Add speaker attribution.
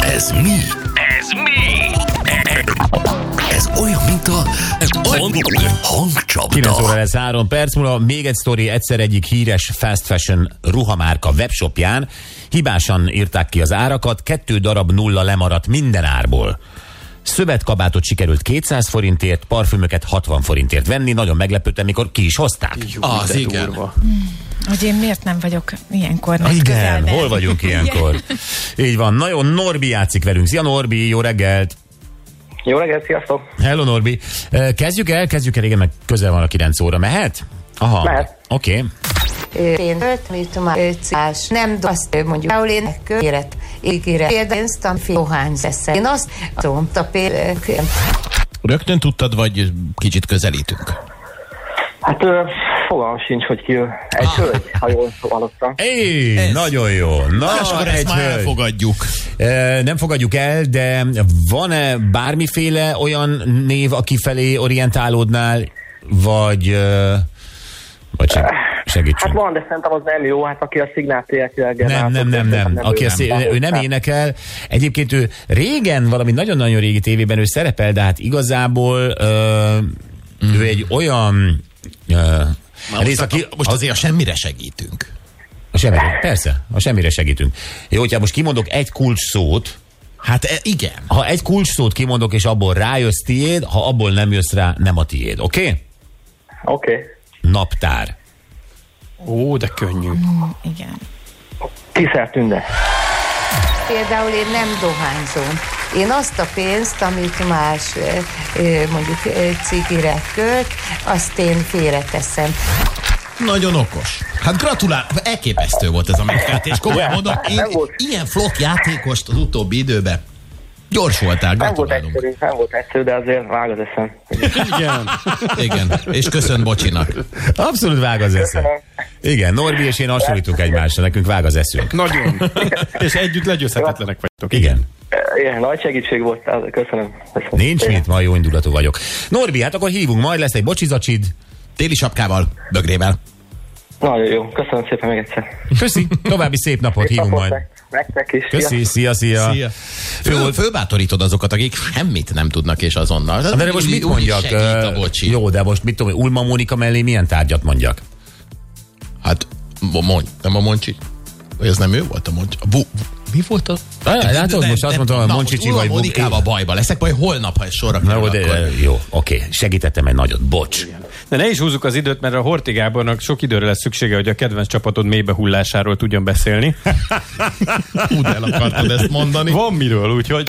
Speaker 1: Ez mi?
Speaker 2: Ez mi?
Speaker 1: Ez olyan, mint a hangcsapda.
Speaker 3: 9 óra lesz 3 perc múlva. Még egy sztori, egyszer egyik híres fast fashion ruhamárka webshopján hibásan írták ki az árakat, kettő darab nulla lemaradt minden árból. Szövetkabátot sikerült 200 forintért, parfümöket 60 forintért venni, nagyon meglepődtem, mikor ki is hozták.
Speaker 4: Az igen.
Speaker 5: Hogy én miért nem vagyok ilyenkor?
Speaker 3: Na
Speaker 5: még
Speaker 3: Igen,
Speaker 5: közelben?
Speaker 3: hol vagyunk ilyenkor? Így van, nagyon Norbi játszik velünk. Szia Norbi, jó reggelt!
Speaker 6: Jó reggelt, sziasztok!
Speaker 3: Hello Norbi. Ö, Kezdjük el, kezdjük el, igen, meg közel van a 9 óra. Mehet? Aha.
Speaker 6: Mehet.
Speaker 3: Oké. Okay.
Speaker 7: Én öt mitum a ötszás, nem azt mondjuk, ahol én körélet, ígére, érdenztem fióhány zesze. Én azt azom tapélőkön.
Speaker 4: Rögtön tudtad, vagy kicsit közelítünk?
Speaker 6: Hát ö, fogalmam sincs, hogy ki ő. Egy hölgy, ha jól hallottam.
Speaker 3: Éj, nagyon jó. Na,
Speaker 4: És akkor
Speaker 3: egy
Speaker 4: ezt már
Speaker 3: hölgy.
Speaker 4: elfogadjuk.
Speaker 3: E, Nem fogadjuk el, de van-e bármiféle olyan név, aki felé orientálódnál, vagy, ö, vagy seg-
Speaker 6: Hát
Speaker 3: segítsünk?
Speaker 6: van, de szerintem az nem jó, hát aki a szignált életileg
Speaker 3: Nem, nem, nem, nem. Aki ezt, ő
Speaker 6: Hát,
Speaker 3: nem énekel. Egyébként ő régen, valami nagyon-nagyon régi tévében ő szerepel, de hát igazából ö, ő egy olyan ö,
Speaker 4: Már
Speaker 3: rész,
Speaker 4: Most,
Speaker 3: aki,
Speaker 4: most azért semmire segítünk.
Speaker 3: a semmire, persze, a semmire segítünk. Jó, hogyha most kimondok egy kulcs szót,
Speaker 4: Hát e, igen.
Speaker 3: ha egy kulcs szót kimondok, és abból rájössz tiéd, ha abból nem jössz rá, nem a tiéd, oké? Okay?
Speaker 6: Oké. Okay.
Speaker 3: Naptár.
Speaker 8: Ó, de könnyű.
Speaker 5: Igen.
Speaker 6: Tiszer tünde.
Speaker 3: Hát,
Speaker 7: Például én nem dohányzom. Én azt a pénzt, amit más ö, ö, mondjuk ö, cigire költ, azt én félreteszem.
Speaker 4: Nagyon okos. Hát gratulál, elképesztő volt ez a megfejtés. Komolyan mondom, én
Speaker 6: Nem volt.
Speaker 4: ilyen flott játékost az utóbbi időben. Gyors voltál,
Speaker 6: Nem volt
Speaker 4: gratulálunk.
Speaker 6: egyszerű, nem volt egyszerű, de azért vág az eszem.
Speaker 8: Igen.
Speaker 4: Igen, és köszön bocsinak.
Speaker 3: Abszolút vág az esze.
Speaker 6: Köszönöm.
Speaker 3: Igen, Norbi és én hasonlítunk egymásra, nekünk vág az eszünk.
Speaker 8: Nagyon. És együtt legyőzhetetlenek vagytok.
Speaker 3: Igen.
Speaker 6: Igen, nagy segítség volt, az- köszönöm. köszönöm.
Speaker 3: Nincs
Speaker 6: Igen.
Speaker 3: mit, ma jó indulatú vagyok. Norbi, hát akkor hívunk, majd lesz egy bocsizacsid.
Speaker 4: Téli sapkával, bögrével.
Speaker 6: Nagyon jó, köszönöm szépen még egyszer.
Speaker 3: Köszi, további szép napot
Speaker 6: Szép
Speaker 3: hívunk
Speaker 6: napot
Speaker 3: majd.
Speaker 6: nek- Nektek is.
Speaker 3: Köszi, szia, szia.
Speaker 4: Szia. Föl, fölbátorítod azokat, akik semmit nem tudnak, és azonnal.
Speaker 3: Na, De Hát most mit
Speaker 4: Úgy
Speaker 3: mondjak?
Speaker 4: segít a bocsi.
Speaker 3: Jó, de most mit tudom, Ulma Mónika mellé milyen tárgyat mondjak?
Speaker 4: Hát, mo- mondj, nem a Moncsi. Vagy ez nem ő volt a Moncsi? A bu- mi volt a...
Speaker 3: látod, hát, most azt mondtam, hogy
Speaker 4: na,
Speaker 3: Moncsicsi
Speaker 4: most Ulla
Speaker 3: vagy bu-
Speaker 4: Monikával bajba leszek, majd holnap, ha ez sorra
Speaker 3: Na, jó,
Speaker 4: kerül, akkor...
Speaker 3: de, eh, jó, oké, segítettem egy nagyot, bocs.
Speaker 8: De ne is húzzuk az időt, mert a Horti Gábornak sok időre lesz szüksége, hogy a kedvenc csapatod mélybe hullásáról tudjon beszélni.
Speaker 4: Hú, de el akartad ezt mondani.
Speaker 8: Van miről, úgyhogy